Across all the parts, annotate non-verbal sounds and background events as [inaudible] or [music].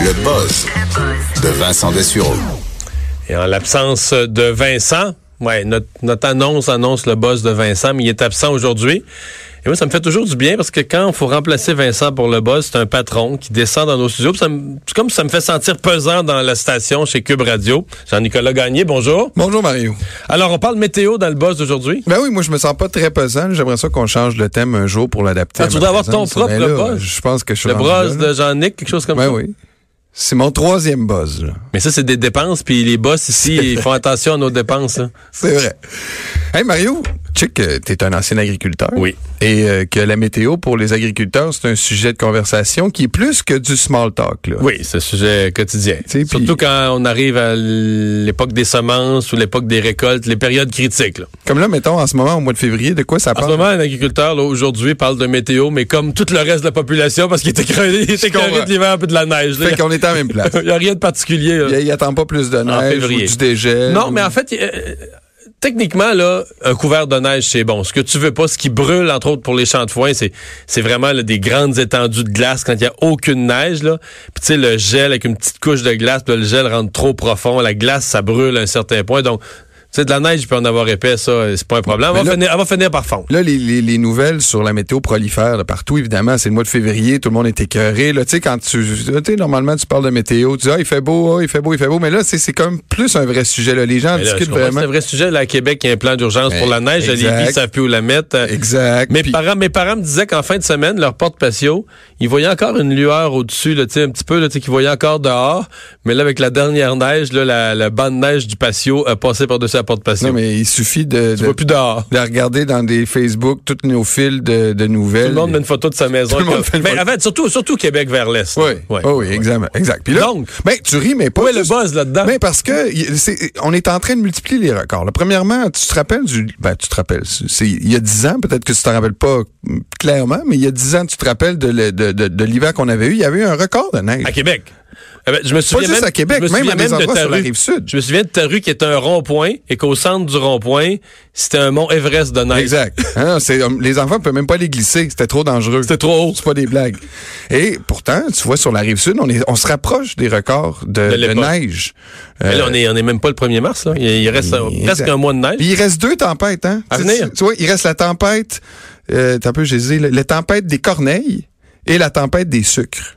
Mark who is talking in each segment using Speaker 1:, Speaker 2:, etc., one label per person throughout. Speaker 1: Le buzz de Vincent Dessureau.
Speaker 2: Et en l'absence de Vincent, ouais, notre, notre annonce annonce le boss de Vincent, mais il est absent aujourd'hui. Et moi, ça me fait toujours du bien parce que quand il faut remplacer Vincent pour le boss, c'est un patron qui descend dans nos studios. Puis ça me- C'est comme ça me fait sentir pesant dans la station chez Cube Radio. Jean-Nicolas Gagné, bonjour.
Speaker 3: Bonjour Mario.
Speaker 2: Alors, on parle météo dans le boss d'aujourd'hui.
Speaker 3: Ben oui, moi je me sens pas très pesant. J'aimerais ça qu'on change le thème un jour pour l'adapter.
Speaker 2: Ah,
Speaker 3: à
Speaker 2: tu
Speaker 3: ma
Speaker 2: voudrais avoir
Speaker 3: présence.
Speaker 2: ton propre
Speaker 3: Ben là,
Speaker 2: buzz?
Speaker 3: Je pense que je suis
Speaker 2: Le
Speaker 3: rendu
Speaker 2: bros
Speaker 3: là, là.
Speaker 2: de Jean-Nic, quelque chose comme
Speaker 3: Ben
Speaker 2: ça.
Speaker 3: oui. C'est mon troisième buzz. là.
Speaker 2: Mais ça, c'est des dépenses, puis les boss
Speaker 3: [laughs]
Speaker 2: ici, ils font attention à nos dépenses. hein. là.
Speaker 3: C'est vrai. Hey Mario, check que t'es un ancien agriculteur.
Speaker 2: Oui.
Speaker 3: Et euh, que la météo pour les agriculteurs, c'est un sujet de conversation qui est plus que du small talk. Là.
Speaker 2: Oui, c'est un sujet quotidien.
Speaker 3: sais,
Speaker 2: Surtout
Speaker 3: puis-
Speaker 2: quand on arrive à l'époque des semences ou l'époque des récoltes, les périodes critiques. là.
Speaker 3: Comme là, mettons, en ce moment, au mois de février, de quoi ça
Speaker 2: En ce
Speaker 3: parle?
Speaker 2: moment, un agriculteur, là, aujourd'hui, parle de météo, mais comme tout le reste de la population, parce qu'il était [laughs] écœuré il était écœuré
Speaker 3: comprends.
Speaker 2: de l'hiver et de la neige. là.
Speaker 3: Fait qu'on est à la même place.
Speaker 2: [laughs] Il n'y a rien de particulier. là.
Speaker 3: Il il attend pas plus de neige ou
Speaker 2: février.
Speaker 3: du dégel.
Speaker 2: Non, mais
Speaker 3: ou-
Speaker 2: en fait, euh, techniquement, là, un couvert de neige, c'est bon. Ce que tu veux pas, ce qui brûle, entre autres, pour les champs de foin, c'est, c'est vraiment là, des grandes étendues de glace quand il n'y a aucune neige. Là. Puis tu sais, le gel avec une petite couche de glace, puis là, le gel rentre trop profond. La glace, ça brûle à un certain point. Donc, tu sais, de la neige, il peut en avoir épais, ça, euh, c'est pas un problème. On
Speaker 3: Mais
Speaker 2: va,
Speaker 3: là-
Speaker 2: finir, on va finir par fond.
Speaker 3: Là, les, les- les nouvelles sur la météo prolifèrent de partout, évidemment. C'est le mois de février, tout le monde est écœuré. Là, tu sais, quand tu, tu sais, normalement, tu parles de météo, tu dis, ah, il fait beau, ah, il fait beau, il fait beau. Mais là, c'est, c'est comme plus un vrai sujet, là. Les gens
Speaker 2: Mais là, je
Speaker 3: discutent
Speaker 2: comprends, c'est
Speaker 3: vraiment.
Speaker 2: un vrai sujet. Là, à Québec, il y a un plan d'urgence pour la neige.
Speaker 3: exact.
Speaker 2: À Lévis, ils savent plus où la mettre. Euh,
Speaker 3: Exact.
Speaker 2: Mes
Speaker 3: Puis-
Speaker 2: parents, mes parents me disaient qu'en fin de semaine, leur porte-patio, ils voyaient encore une lueur au-dessus, là, tu sais, un petit peu, là, tu sais, qu'ils voyaient encore dehors. Mais là, avec la dernière neige, là, la, la bande de neige du patio a passé par-dessus la porte-patio.
Speaker 3: Non, mais il suffit de,
Speaker 2: Tu
Speaker 3: de,
Speaker 2: vois plus dehors.
Speaker 3: de regarder dans des Facebook tous nos fils de, de
Speaker 2: Tout
Speaker 3: nouvelles.
Speaker 2: le monde met une photo de sa maison.
Speaker 3: Tout le monde fait une
Speaker 2: Mais
Speaker 3: photo.
Speaker 2: en fait, surtout, surtout Québec vers l'Est. là.
Speaker 3: Oui, Oh
Speaker 2: Ouais.
Speaker 3: oui, exactement. Exact. Puis là,
Speaker 2: Donc-
Speaker 3: ben, tu ris, mais pas.
Speaker 2: Où est le
Speaker 3: juste-
Speaker 2: buzz là-dedans?
Speaker 3: Ben, parce que y- c'est- on est en train de multiplier les records. là. Premièrement, tu te rappelles du. Ben, tu te rappelles. c'est- Il y a dix ans, peut-être que tu t'en rappelles pas mm, clairement, mais il y a dix ans, tu te rappelles de, le- de, de- de l'hiver qu'on avait eu. Il y avait eu un record de neige.
Speaker 2: À Québec. Eh ben, je me souviens
Speaker 3: juste
Speaker 2: même,
Speaker 3: à Québec,
Speaker 2: je me
Speaker 3: même
Speaker 2: souviens
Speaker 3: à des
Speaker 2: de
Speaker 3: endroits
Speaker 2: ta
Speaker 3: sur la
Speaker 2: rue.
Speaker 3: Rive-Sud.
Speaker 2: Je me souviens de ta rue qui était un rond-point et qu'au centre du rond-point, c'était un mont Everest de neige. [laughs]
Speaker 3: Exact. Hein, c'est- um, les enfants ne peuvent même pas les glisser. C'était trop dangereux.
Speaker 2: C'était trop haut.
Speaker 3: C'est pas des blagues. Et pourtant, tu vois, sur la rive sud, on, est, on se rapproche des records de,
Speaker 2: De
Speaker 3: de
Speaker 2: l'époque.
Speaker 3: neige.
Speaker 2: Mais là,
Speaker 3: Euh,
Speaker 2: on est, on est même pas le 1er mars, là. Il, il reste euh,
Speaker 3: Exact.
Speaker 2: presque un mois de neige.
Speaker 3: Puis il reste deux tempêtes, hein?
Speaker 2: À
Speaker 3: Tu-
Speaker 2: venir.
Speaker 3: Tu, tu vois, il reste la tempête, euh, t'as un peu j'hésite, la tempête des corneilles et la tempête des sucres.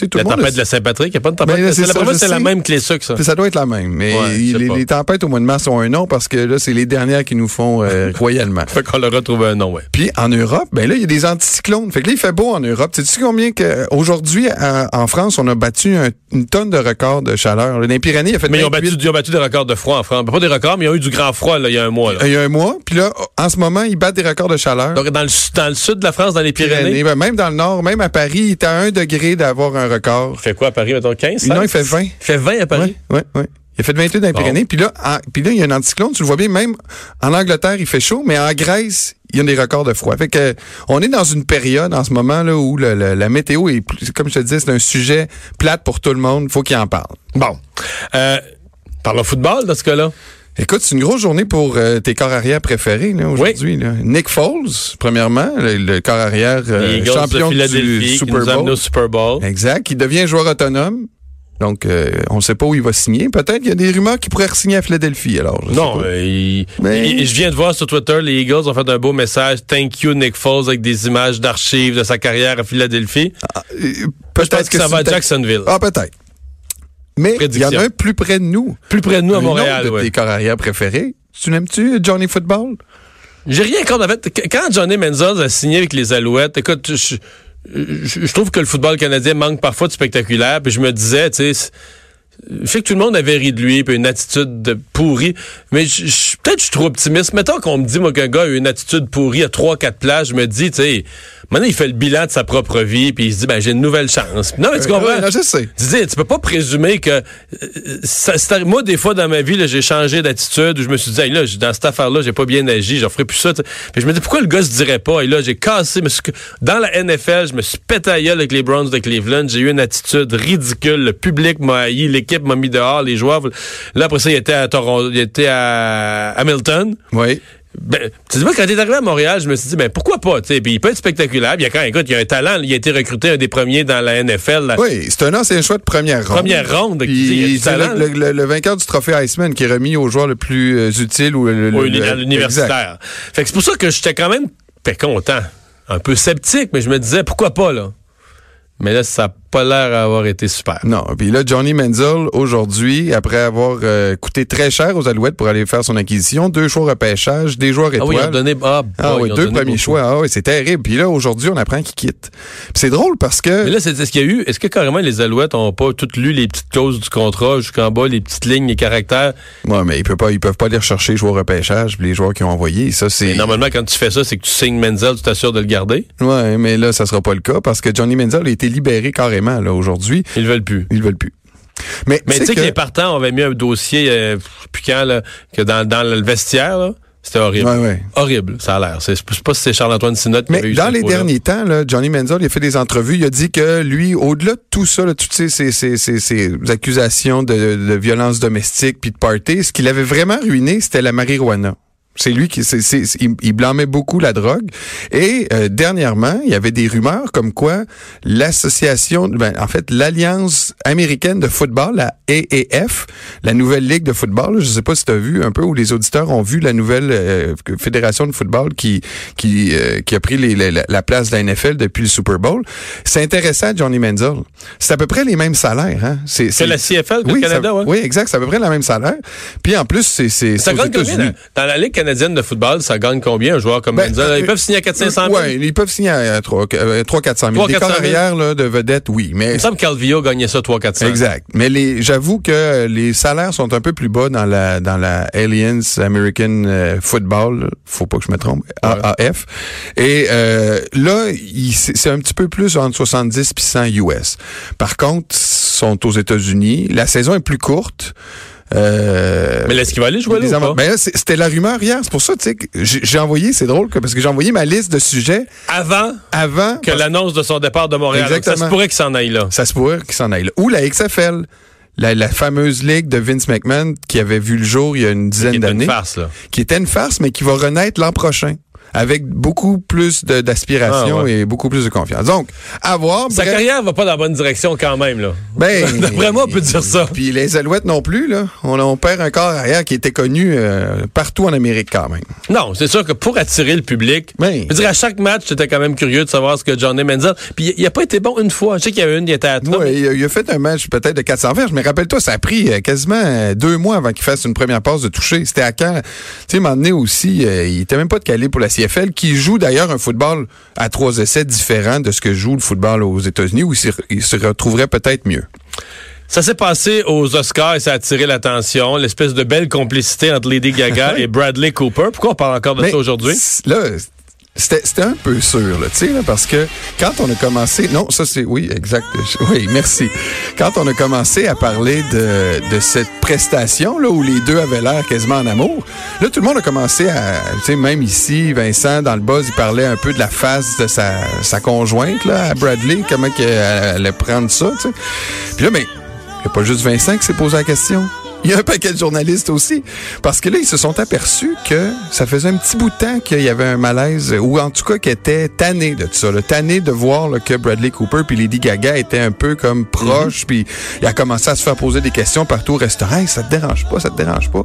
Speaker 3: Tu sais, tout
Speaker 2: la
Speaker 3: le monde
Speaker 2: tempête
Speaker 3: a-
Speaker 2: de la Saint-Patrick, il n'y a pas de tempête.
Speaker 3: Ben,
Speaker 2: de la
Speaker 3: là, c'est
Speaker 2: Saint-Patrick.
Speaker 3: ça,
Speaker 2: Pour moi,
Speaker 3: je
Speaker 2: c'est la
Speaker 3: sais.
Speaker 2: même que les sucres, ça.
Speaker 3: Ça doit être la même, mais
Speaker 2: Ouais, je sais
Speaker 3: les,
Speaker 2: pas.
Speaker 3: les tempêtes au mois de mars ont un nom parce que là, c'est les dernières qui nous
Speaker 2: [laughs]
Speaker 3: font euh, royalement.
Speaker 2: Fait qu'on leur a trouvé un nom, ouais.
Speaker 3: Puis en Europe, ben là, il y a des anticyclones. Fait que là, il fait beau en Europe. Sais-tu combien qu'aujourd'hui, en France, on a battu un- une tonne de records de chaleur? Dans les Pyrénées, il a fait
Speaker 2: Mais ils ont,
Speaker 3: 28
Speaker 2: battu, ils ont battu des records de froid en France. Pas des records, mais ils ont eu du grand froid, là, il y a un mois, là.
Speaker 3: il y a un mois. Puis là, en ce moment, ils battent des records de chaleur.
Speaker 2: Donc, dans le, su- dans le sud de la France, dans les Pyrénées.
Speaker 3: Pyrénées. Ben, Même dans le nord, même à Paris, il est à un degré d'avoir un record.
Speaker 2: Il fait quoi à Paris, mettons, 15?
Speaker 3: Non,
Speaker 2: 16?
Speaker 3: il fait 20.
Speaker 2: Il fait 20 à Paris.
Speaker 3: Oui, oui, oui. Il a fait 28 dans les
Speaker 2: Bon.
Speaker 3: Pyrénées. Puis là, en- puis là, il y a un anticyclone. Tu le vois bien, même en Angleterre, il fait chaud, mais en Grèce, il y a des records de froid. Fait que, euh, on est dans une période en ce moment là, où le- le- la météo est, plus- comme je te disais, c'est un sujet plate pour tout le monde. faut qu'il en parle.
Speaker 2: Bon. Euh, parlons football, dans ce cas-là.
Speaker 3: Écoute, c'est une grosse journée pour euh, tes corps arrière préférés là, aujourd'hui. là. Nick Foles, premièrement, le, le corps arrière euh,
Speaker 2: les Eagles
Speaker 3: champion
Speaker 2: de Philadelphie
Speaker 3: du
Speaker 2: qui
Speaker 3: Super
Speaker 2: nous a amenés
Speaker 3: Bowl. Ben,
Speaker 2: au Super Bowl.
Speaker 3: Exact. Il devient joueur autonome. Donc, euh, on ne sait pas où il va signer. Peut-être qu'il y a des rumeurs qu'il pourrait signer à Philadelphie. Alors, je sais
Speaker 2: Non,
Speaker 3: pas. Ben-
Speaker 2: euh, il-
Speaker 3: Mais-
Speaker 2: il- je viens de voir sur Twitter, les Eagles ont fait un beau message. Thank you, Nick Foles, avec des images d'archives de sa carrière à Philadelphie.
Speaker 3: Euh,
Speaker 2: je pense que, ça
Speaker 3: c'est
Speaker 2: va à
Speaker 3: peut-être-
Speaker 2: Jacksonville.
Speaker 3: Ah, peut-être. Mais il y en
Speaker 2: Prédiction.
Speaker 3: a un plus près de nous.
Speaker 2: plus près de nous, à
Speaker 3: Un
Speaker 2: Montréal.
Speaker 3: autre de
Speaker 2: ouais.
Speaker 3: tes corps arrière préférés. Tu n'aimes-tu Johnny Football?
Speaker 2: J'ai rien contre. En fait, Qu- quand Johnny Menzoz a signé avec les Alouettes, écoute, je, je- je trouve que le football canadien manque parfois de spectaculaire. Puis je me disais, tu sais, c'est- je sais que tout le monde avait ri de lui, puis une attitude de pourrie. Mais je- je- peut-être je suis trop optimiste. Mettons qu'on me dit, moi, qu'un gars a eu une attitude pourrie à 3-4 places, je me dis, tu sais, Maintenant, il fait le bilan de sa propre vie, puis il se dit, ben, j'ai une nouvelle chance. Non, mais tu comprends?
Speaker 3: Euh, Ouais, non, je sais.
Speaker 2: Tu dis, tu peux pas présumer que. euh, ça- c'est arri- moi, des fois, dans ma vie, là, j'ai changé d'attitude, où je me suis dit, Hey, là, j'ai- dans cette affaire-là, j'ai pas bien agi, j'en ferai plus ça. tu sais. Puis je me dis, pourquoi le gars se dirait pas? Et là, j'ai cassé. me suis- dans la NFL, je me suis pété à gueule avec les Browns de Cleveland. J'ai eu une attitude ridicule. Le public m'a haï, l'équipe m'a mis dehors, les joueurs. Là, après ça, il était à Toronto, il était à Hamilton.
Speaker 3: Oui.
Speaker 2: Ben, tu sais, moi, quand il est arrivé à Montréal, je me suis dit, ben, pourquoi pas, tu sais, puis il peut être spectaculaire, puis il y a quand, écoute, il y a un talent, là, il a été recruté un des premiers dans la NFL, là.
Speaker 3: Euh, Oui, c'est un ancien choix de première ronde.
Speaker 2: Première ronde,
Speaker 3: Puis,
Speaker 2: qui dit, il y a du
Speaker 3: c'est le-
Speaker 2: talent,
Speaker 3: le,
Speaker 2: là.
Speaker 3: le- le vainqueur du trophée Iceman qui est remis au joueur le plus euh, utile ou le, le-
Speaker 2: au-
Speaker 3: le-
Speaker 2: à l'universitaire. Fait que c'est pour ça que j'étais quand même fait content, un peu sceptique, mais je me disais, pourquoi pas, là. Mais là, ça n'a pas l'air d'avoir été super.
Speaker 3: Non, puis là, Johnny Menzel, aujourd'hui, après avoir euh, coûté très cher aux Alouettes pour aller faire son acquisition, deux choix repêchage, des joueurs
Speaker 2: Ah oui,
Speaker 3: étoiles.
Speaker 2: ils ont donné, ah,
Speaker 3: Ah
Speaker 2: boy,
Speaker 3: oui,
Speaker 2: ils ont
Speaker 3: deux
Speaker 2: donné
Speaker 3: premiers
Speaker 2: beaucoup.
Speaker 3: choix. Ah oui, c'est terrible. Puis là, aujourd'hui, on apprend qu'il quitte. Puis c'est drôle parce que...
Speaker 2: Mais là, c'est ce qu'il y a eu. Est-ce que carrément les Alouettes ont pas toutes lu les petites clauses du contrat jusqu'en bas, les petites lignes, les caractères?
Speaker 3: Ouais, mais ils peuvent pas, ils peuvent pas aller rechercher les joueurs repêchage, puis les joueurs qui ont envoyé. Ça, c'est.
Speaker 2: Et normalement, quand tu fais ça, c'est que tu signes Menzel, tu t'assures de le garder.
Speaker 3: Ouais, mais là, ça sera pas le cas parce que Johnny Menzel a été libéré carrément là aujourd'hui.
Speaker 2: Ils le veulent plus.
Speaker 3: Ils le veulent plus. Mais,
Speaker 2: Mais tu sais que... les
Speaker 3: que...
Speaker 2: partants avaient mis un dossier euh, puis quand, là, que dans, dans le vestiaire, là, c'était horrible.
Speaker 3: Ouais, ouais.
Speaker 2: Horrible, ça a l'air. C'est- Je sais pas si c'est Charles-Antoine Sinot qui avait
Speaker 3: Mais
Speaker 2: eu
Speaker 3: dans
Speaker 2: cette
Speaker 3: les
Speaker 2: info-là.
Speaker 3: derniers temps, là, Johnny Menzel, il a fait des entrevues. Il a dit que lui, au-delà de tout ça, là, toutes ces, ces- ces- ces- ces accusations de, de violence domestique puis de party, ce qu'il avait vraiment ruiné, c'était la marijuana. C'est lui qui, c'est- c'est- il, il blâmait beaucoup la drogue. Et euh, dernièrement, il y avait des rumeurs comme quoi l'association, ben, en fait, l'alliance américaine de football, la AAF, la nouvelle ligue de football. là, Je ne sais pas si tu as vu un peu ou les auditeurs ont vu la nouvelle euh, fédération de football qui qui euh, qui a pris les- les- la- la place de la NFL depuis le Super Bowl. C'est intéressant, Johnny Menzel. C'est à peu près les mêmes salaires. Hein? C'est
Speaker 2: C'est la CFL que le
Speaker 3: oui,
Speaker 2: Canada,
Speaker 3: ça-
Speaker 2: ouais.
Speaker 3: oui, exact. C'est à peu près la même salaire. Puis en plus, c'est c'est
Speaker 2: Ça
Speaker 3: c'est aux
Speaker 2: gagne combien?
Speaker 3: États-Unis.
Speaker 2: Dans, dans la Ligue canadienne de football, ça gagne combien un joueur comme
Speaker 3: Ben,
Speaker 2: Menzel? Ils
Speaker 3: euh,
Speaker 2: peuvent signer à 400 000.
Speaker 3: Ouais, ils peuvent signer à euh, 300-400 000.
Speaker 2: 300 000.
Speaker 3: Des carrières là, de vedettes, oui.
Speaker 2: Il
Speaker 3: Mais
Speaker 2: me semble qu'Alvio gagnait ça 3 400
Speaker 3: Exact. Mais les, j'avoue que les salaires sont un peu plus bas dans la dans la Alliance American euh, Football. Faut pas que je me trompe. AAF. Et euh, là, il- c'est c'est un petit peu plus entre 70 et 100 US. Par contre, sont aux États-Unis. La saison est plus courte. Euh,
Speaker 2: Mais est-ce qu'il va aller jouer
Speaker 3: des
Speaker 2: là ou
Speaker 3: avant-
Speaker 2: pas?
Speaker 3: Ben là, c'est- c'était la rumeur hier. C'est pour ça, tu sais, que j'ai j'ai envoyé. C'est drôle que, parce que j'ai envoyé ma liste de sujets
Speaker 2: Avant
Speaker 3: avant
Speaker 2: que l'annonce de son départ de Montréal. Donc, Ça se
Speaker 3: Exactement.
Speaker 2: pourrait qu'il s'en aille là.
Speaker 3: ça se pourrait qu'il s'en aille. là. Ou la XFL, la, la fameuse ligue de Vince McMahon qui avait vu le jour il y a une
Speaker 2: C'est
Speaker 3: dizaine
Speaker 2: une
Speaker 3: d'années,
Speaker 2: farce, là.
Speaker 3: qui était une farce, mais qui va renaître l'an prochain avec beaucoup plus de- d'aspiration
Speaker 2: Ah, ouais.
Speaker 3: et beaucoup plus de confiance. Donc, à voir.
Speaker 2: Sa
Speaker 3: bref,
Speaker 2: carrière va pas dans la bonne direction quand même, là.
Speaker 3: ben,
Speaker 2: [laughs] D'après moi, on peut dire ça.
Speaker 3: Puis les Alouettes non plus, là. On, on perd un corps arrière qui était connu euh, partout en Amérique quand même.
Speaker 2: Non, c'est sûr que pour attirer le public,
Speaker 3: Mais-
Speaker 2: je veux dire, à chaque match, j'étais quand même curieux de savoir ce que Johnny Menzel. Puis il- il a pas été bon une fois. Je sais qu'il y a une, il était à Atlanta.
Speaker 3: Ouais, il, a, il a fait un match peut-être de 400 verges, mais rappelle-toi, ça a pris euh, quasiment euh, deux mois avant qu'il fasse une première passe de toucher. C'était à quand? Tu sais, m'emmener aussi, euh, il était même pas de calibre pour la CFL, qui joue d'ailleurs un football à trois essais différent de ce que joue le football aux États-Unis, où il s'y re- il se retrouverait peut-être mieux.
Speaker 2: Ça s'est passé aux Oscars et ça a attiré l'attention. L'espèce de belle complicité entre Lady
Speaker 3: [laughs]
Speaker 2: Gaga et Bradley Cooper. Pourquoi on parle encore de
Speaker 3: Mais
Speaker 2: ça aujourd'hui?
Speaker 3: c- Là, c'était c'était un peu sûr, là, tu sais, là, parce que quand on a commencé... Non, ça c'est... Oui, exact. Je- Oui, merci. Quand on a commencé à parler de, de cette prestation, là, où les deux avaient l'air quasiment en amour, là, tout le monde a commencé à... Tu sais, même ici, Vincent, dans le buzz, il parlait un peu de la face de sa, sa conjointe, là, à Bradley, comment qu'elle allait prendre ça, tu sais. Puis là, mais il n'y a pas juste Vincent qui s'est posé la question. Il y a un paquet de journalistes aussi. Parce que là, ils se sont aperçus que ça faisait un petit bout de temps qu'il y avait un malaise, ou en tout cas qu'ils étaient tannés de tout ça. Là, tannés de voir là, que Bradley Cooper puis Lady Gaga étaient un peu comme proches, puis il a commencé à se faire poser des questions partout au restaurant. Hey, ça te dérange pas, ça te dérange pas.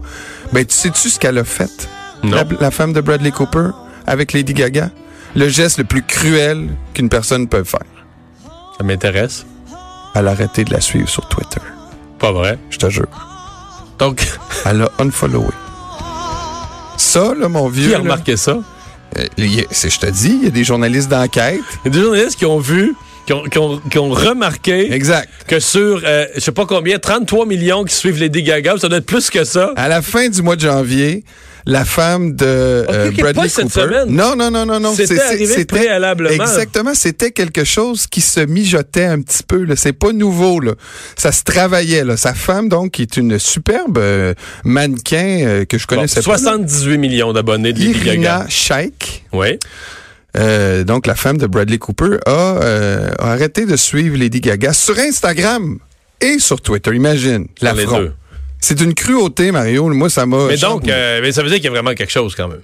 Speaker 3: Ben, tu sais-tu ce qu'elle a fait?
Speaker 2: Non.
Speaker 3: La, la femme de Bradley Cooper avec Lady Gaga? Le geste le plus cruel qu'une personne peut faire.
Speaker 2: Ça m'intéresse.
Speaker 3: Elle a arrêté de la suivre sur Twitter.
Speaker 2: Pas vrai.
Speaker 3: Je te jure. [laughs]
Speaker 2: Donc,
Speaker 3: Elle a unfollowé. Ça, là, mon vieux.
Speaker 2: qui a
Speaker 3: là,
Speaker 2: remarqué ça? [laughs]
Speaker 3: euh, il y a- c'est- je te dis, il y a des journalistes d'enquête.
Speaker 2: Il y a des journalistes qui ont vu qui ont, qui ont- qui ont remarqué
Speaker 3: Exact.
Speaker 2: que sur, euh, je sais pas combien, 33 millions qui suivent Lady Gaga, ça doit être plus que ça.
Speaker 3: À la fin du mois de janvier, la femme de euh,
Speaker 2: ok,
Speaker 3: Bradley
Speaker 2: pas cette
Speaker 3: Cooper-
Speaker 2: semaine.
Speaker 3: Non, non, non, non, non.
Speaker 2: C'était
Speaker 3: C'est- c'est-
Speaker 2: arrivé
Speaker 3: c'était-
Speaker 2: préalablement.
Speaker 3: Exactement. C'était quelque chose qui se mijotait un petit peu. là. C'est pas nouveau. Là. Ça se travaillait. Là. Sa femme, donc, qui est une superbe euh, mannequin euh, que je
Speaker 2: Bon,
Speaker 3: connaissais pas.
Speaker 2: 78 millions d'abonnés de Lady Gaga.
Speaker 3: Irina Shayk.
Speaker 2: Oui.
Speaker 3: Euh, donc, la femme de Bradley Cooper a, euh, a arrêté de suivre Lady Gaga sur Instagram et sur Twitter. Imagine, la
Speaker 2: les deux.
Speaker 3: C'est une cruauté, Mario. Moi, ça m'a.
Speaker 2: Mais donc,
Speaker 3: chamboulé.
Speaker 2: euh, mais ça veut dire qu'il y a vraiment quelque chose quand même.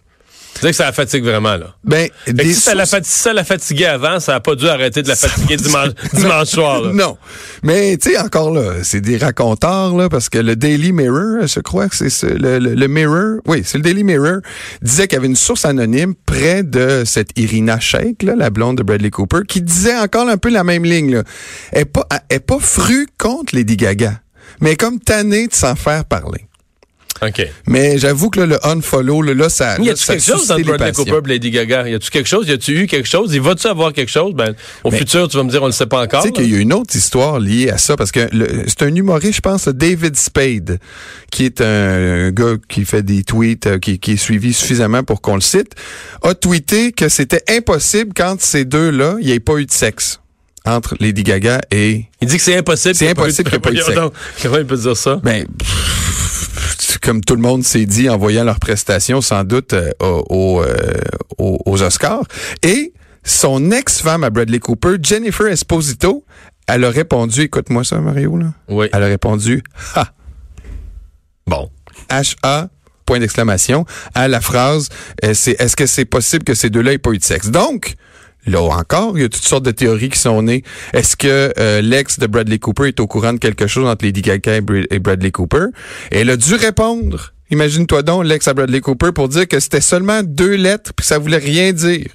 Speaker 2: Ça veut dire que ça la fatigue vraiment, là.
Speaker 3: ben,
Speaker 2: Fait que
Speaker 3: des
Speaker 2: si ça la,
Speaker 3: sources-
Speaker 2: fati- si ça la fatiguait avant, [laughs] ça n'a pas dû arrêter de la fatiguer dimanche, dimanche soir. là.
Speaker 3: Non. Mais, tu sais, encore là, c'est des raconteurs, là, parce que le Daily Mirror, je crois que c'est ce- le, le- le Mirror, oui, c'est le Daily Mirror, disait qu'il y avait une source anonyme près de cette Irina Shayk, là, la blonde de Bradley Cooper, qui disait encore un peu la même ligne, là. Elle est pas, elle est pas frue contre Lady Gaga, mais elle est comme tannée de s'en faire parler.
Speaker 2: OK.
Speaker 3: Mais j'avoue que là, le unfollow, là, là, ça.
Speaker 2: Mais y
Speaker 3: là,
Speaker 2: a-tu
Speaker 3: ça a
Speaker 2: quelque chose
Speaker 3: suscité
Speaker 2: entre
Speaker 3: des
Speaker 2: Bradley
Speaker 3: passions.
Speaker 2: Cooper et Lady Gaga? Y a-tu quelque chose? Y a-tu eu quelque chose? Y va-tu avoir quelque chose? Ben, au futur, tu vas me dire, on le sait pas encore.
Speaker 3: Tu sais
Speaker 2: là.
Speaker 3: qu'il y a une autre histoire liée à ça, parce que le- c'est un humoriste, je pense, David Spade, qui est un, un gars qui fait des tweets, euh, qui, qui est suivi suffisamment pour qu'on le cite, a tweeté que c'était impossible quand ces deux-là, il n'y ait pas eu de sexe entre Lady Gaga et...
Speaker 2: Il dit que c'est impossible.
Speaker 3: C'est
Speaker 2: qu'il y ait pas eu de-
Speaker 3: impossible qu'il y ait pas eu
Speaker 2: [laughs]
Speaker 3: de
Speaker 2: Voyons donc, Comment il peut dire ça?
Speaker 3: Ben, pff, comme tout le monde s'est dit en voyant leurs prestations, sans doute, euh, au- au, euh, aux, aux Oscars. Et son ex-femme à Bradley Cooper, Jennifer Esposito, elle a répondu, écoute-moi ça, Mario, là.
Speaker 2: Oui.
Speaker 3: Elle a répondu Ha!
Speaker 2: Bon.
Speaker 3: H-A, point d'exclamation, à la phrase euh, c'est Est-ce que c'est possible que ces deux-là aient pas eu de sexe? Donc, là encore, il y a toutes sortes de théories qui sont nées. Est-ce que euh, l'ex de Bradley Cooper est au courant de quelque chose entre Lady Gaga et, Br- et Bradley Cooper? Et elle a dû répondre. Imagine-toi donc l'ex à Bradley Cooper pour dire que c'était seulement deux lettres puis que ça voulait rien dire.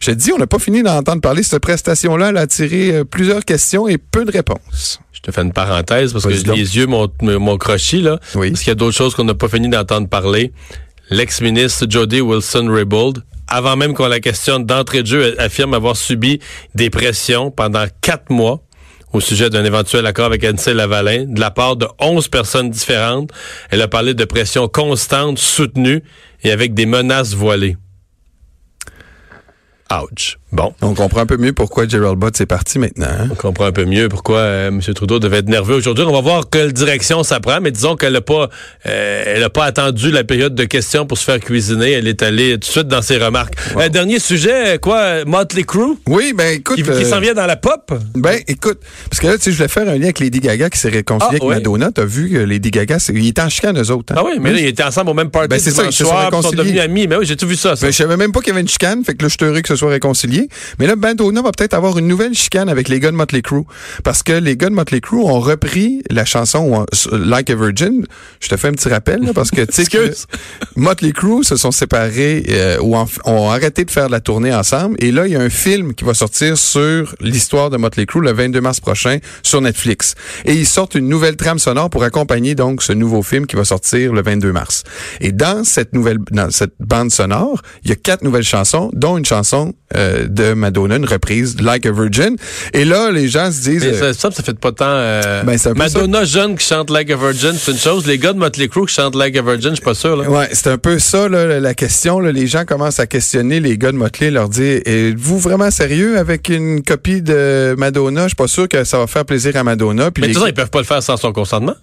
Speaker 3: Je te dis, on n'a pas fini d'entendre parler. Cette prestation-là, elle a attiré euh, plusieurs questions et peu de réponses.
Speaker 2: Je te fais une parenthèse parce que
Speaker 3: Vas-y donc.
Speaker 2: les yeux m'ont m'ont crochi, là.
Speaker 3: Oui.
Speaker 2: Parce qu'il y a d'autres choses qu'on n'a pas fini d'entendre parler. L'ex-ministre Jody Wilson-Raybould, avant même qu'on la questionne d'entrée de jeu, elle affirme avoir subi des pressions pendant quatre mois au sujet d'un éventuel accord avec Ansel Lavalin de la part de 11 personnes différentes. Elle a parlé de pressions constantes, soutenues et avec des menaces voilées. Ouch. Bon.
Speaker 3: On comprend un peu mieux pourquoi Gerald Butts est parti maintenant. hein?
Speaker 2: On comprend un peu mieux pourquoi euh, M. Trudeau devait être nerveux aujourd'hui. On va voir quelle direction ça prend, mais disons qu'elle n'a pas, euh, elle a pas attendu la période de questions pour se faire cuisiner. Elle est allée tout de suite dans ses remarques. Euh, dernier sujet, euh, quoi, euh, Motley Crue,
Speaker 3: Oui, ben écoute.
Speaker 2: qui, qui
Speaker 3: euh,
Speaker 2: s'en vient dans la pop.
Speaker 3: Ben écoute, parce que là, tu sais, je voulais faire un lien avec Lady Gaga qui s'est réconciliée
Speaker 2: Ah,
Speaker 3: avec
Speaker 2: ouais.
Speaker 3: Madonna. T'as vu que Lady Gaga, c'est- il était en chicane eux autres. hein.
Speaker 2: Ah oui, mais là, ils étaient ensemble au même party
Speaker 3: Ben, c'est ça,
Speaker 2: dimanche
Speaker 3: ils se sont
Speaker 2: soir, puis ils sont
Speaker 3: réconciliés.
Speaker 2: devenus amis. Mais oui, j'ai tout vu ça. ça.
Speaker 3: Ben, je savais même pas qu'il y avait une chicane, fait que là, je suis heureux que ce soit réconcilié. Mais là, Madonna va peut-être avoir une nouvelle chicane avec les gars de Motley Crue. Parce que les gars de Motley Crue ont repris la chanson euh, s- Like a Virgin. Je te fais un petit rappel, là, parce que, tu sais, que
Speaker 2: Excuse.
Speaker 3: Motley Crue se sont séparés euh, ou en- ont arrêté de faire de la tournée ensemble. Et là, il y a un film qui va sortir sur l'histoire de Motley Crue le 22 mars prochain sur Netflix. Et ils sortent une nouvelle trame sonore pour accompagner donc ce nouveau film qui va sortir le 22 mars. Et dans cette nouvelle, dans cette bande sonore, il y a quatre nouvelles chansons, dont une chanson euh, de Madonna, une reprise Like a Virgin. Et là, les gens se disent.
Speaker 2: Mais
Speaker 3: euh,
Speaker 2: ça, ça, ça fait pas tant. euh,
Speaker 3: Ben, c'est un peu
Speaker 2: Madonna jeune qui chante Like a Virgin, c'est une chose. Les gars de Motley Crue qui chantent Like a Virgin, je suis pas sûr. Là.
Speaker 3: euh, Ouais, c'est un peu ça là, la question. là. Les gens commencent à questionner les gars de Motley, leur dire êtes-vous vraiment sérieux avec une copie de Madonna Je suis pas sûr que ça va faire plaisir à Madonna. Puis
Speaker 2: Mais de
Speaker 3: les-
Speaker 2: toute façon, ils peuvent pas le faire sans son consentement.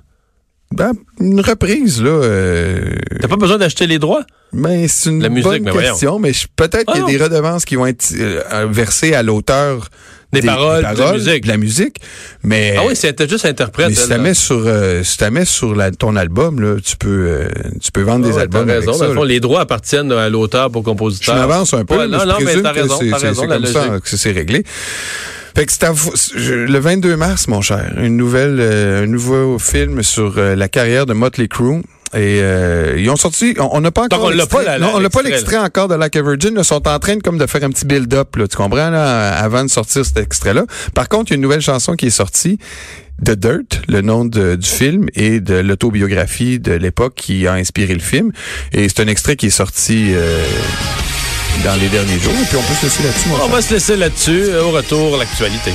Speaker 3: Ben, une reprise là. euh,
Speaker 2: T'as pas besoin d'acheter les droits.
Speaker 3: Ben, c'est une
Speaker 2: La musique,
Speaker 3: bonne
Speaker 2: mais voyons.
Speaker 3: question, mais je- peut-être
Speaker 2: Ah
Speaker 3: qu'il y a
Speaker 2: non.
Speaker 3: des redevances qui vont être euh, versées à l'auteur
Speaker 2: Des paroles, de la musique.
Speaker 3: de la musique. Mais
Speaker 2: Ah oui, c'était juste interprète.
Speaker 3: Euh, mais si
Speaker 2: elle,
Speaker 3: tu la
Speaker 2: là.
Speaker 3: mets sur, euh, si tu la mets sur la- ton album, là, tu peux, euh, tu peux vendre
Speaker 2: Ah Ouais,
Speaker 3: des
Speaker 2: t'as
Speaker 3: albums.
Speaker 2: raison.
Speaker 3: avec
Speaker 2: Dans
Speaker 3: ça,
Speaker 2: le
Speaker 3: là.
Speaker 2: fond, les droits appartiennent à l'auteur pour
Speaker 3: Je
Speaker 2: compositeur.
Speaker 3: m'avance un peu.
Speaker 2: Ouais,
Speaker 3: mais
Speaker 2: non,
Speaker 3: je
Speaker 2: non, mais
Speaker 3: présume
Speaker 2: t'as
Speaker 3: que
Speaker 2: raison,
Speaker 3: c'est-
Speaker 2: t'as
Speaker 3: c'est-
Speaker 2: raison,
Speaker 3: c'est
Speaker 2: la
Speaker 3: comme ça
Speaker 2: logique.
Speaker 3: que c'est réglé. Fait que c'est à vous- je- le 22 mars, mon cher, une nouvelle, euh, un nouveau film sur euh, la carrière de Motley Crue. Et euh, ils ont sorti, on on n'a pas
Speaker 2: Donc,
Speaker 3: encore
Speaker 2: on l'a pas,
Speaker 3: l'extrait.
Speaker 2: la- la-
Speaker 3: non, on n'a pas
Speaker 2: l'extrait,
Speaker 3: l'extrait encore de Like a Virgin. Ils sont en train de, comme de faire un petit build-up, là, tu comprends, là, avant de sortir cet extrait-là. Par contre, il y a une nouvelle chanson qui est sortie, The Dirt, le nom de- du film et de l'autobiographie de l'époque qui a inspiré le film. Et c'est un extrait qui est sorti. euh, dans les derniers jours. Et puis on peut se laisser là-dessus. mon
Speaker 2: On
Speaker 3: cher.
Speaker 2: Ah, va se laisser là-dessus. Au retour, euh, l'actualité.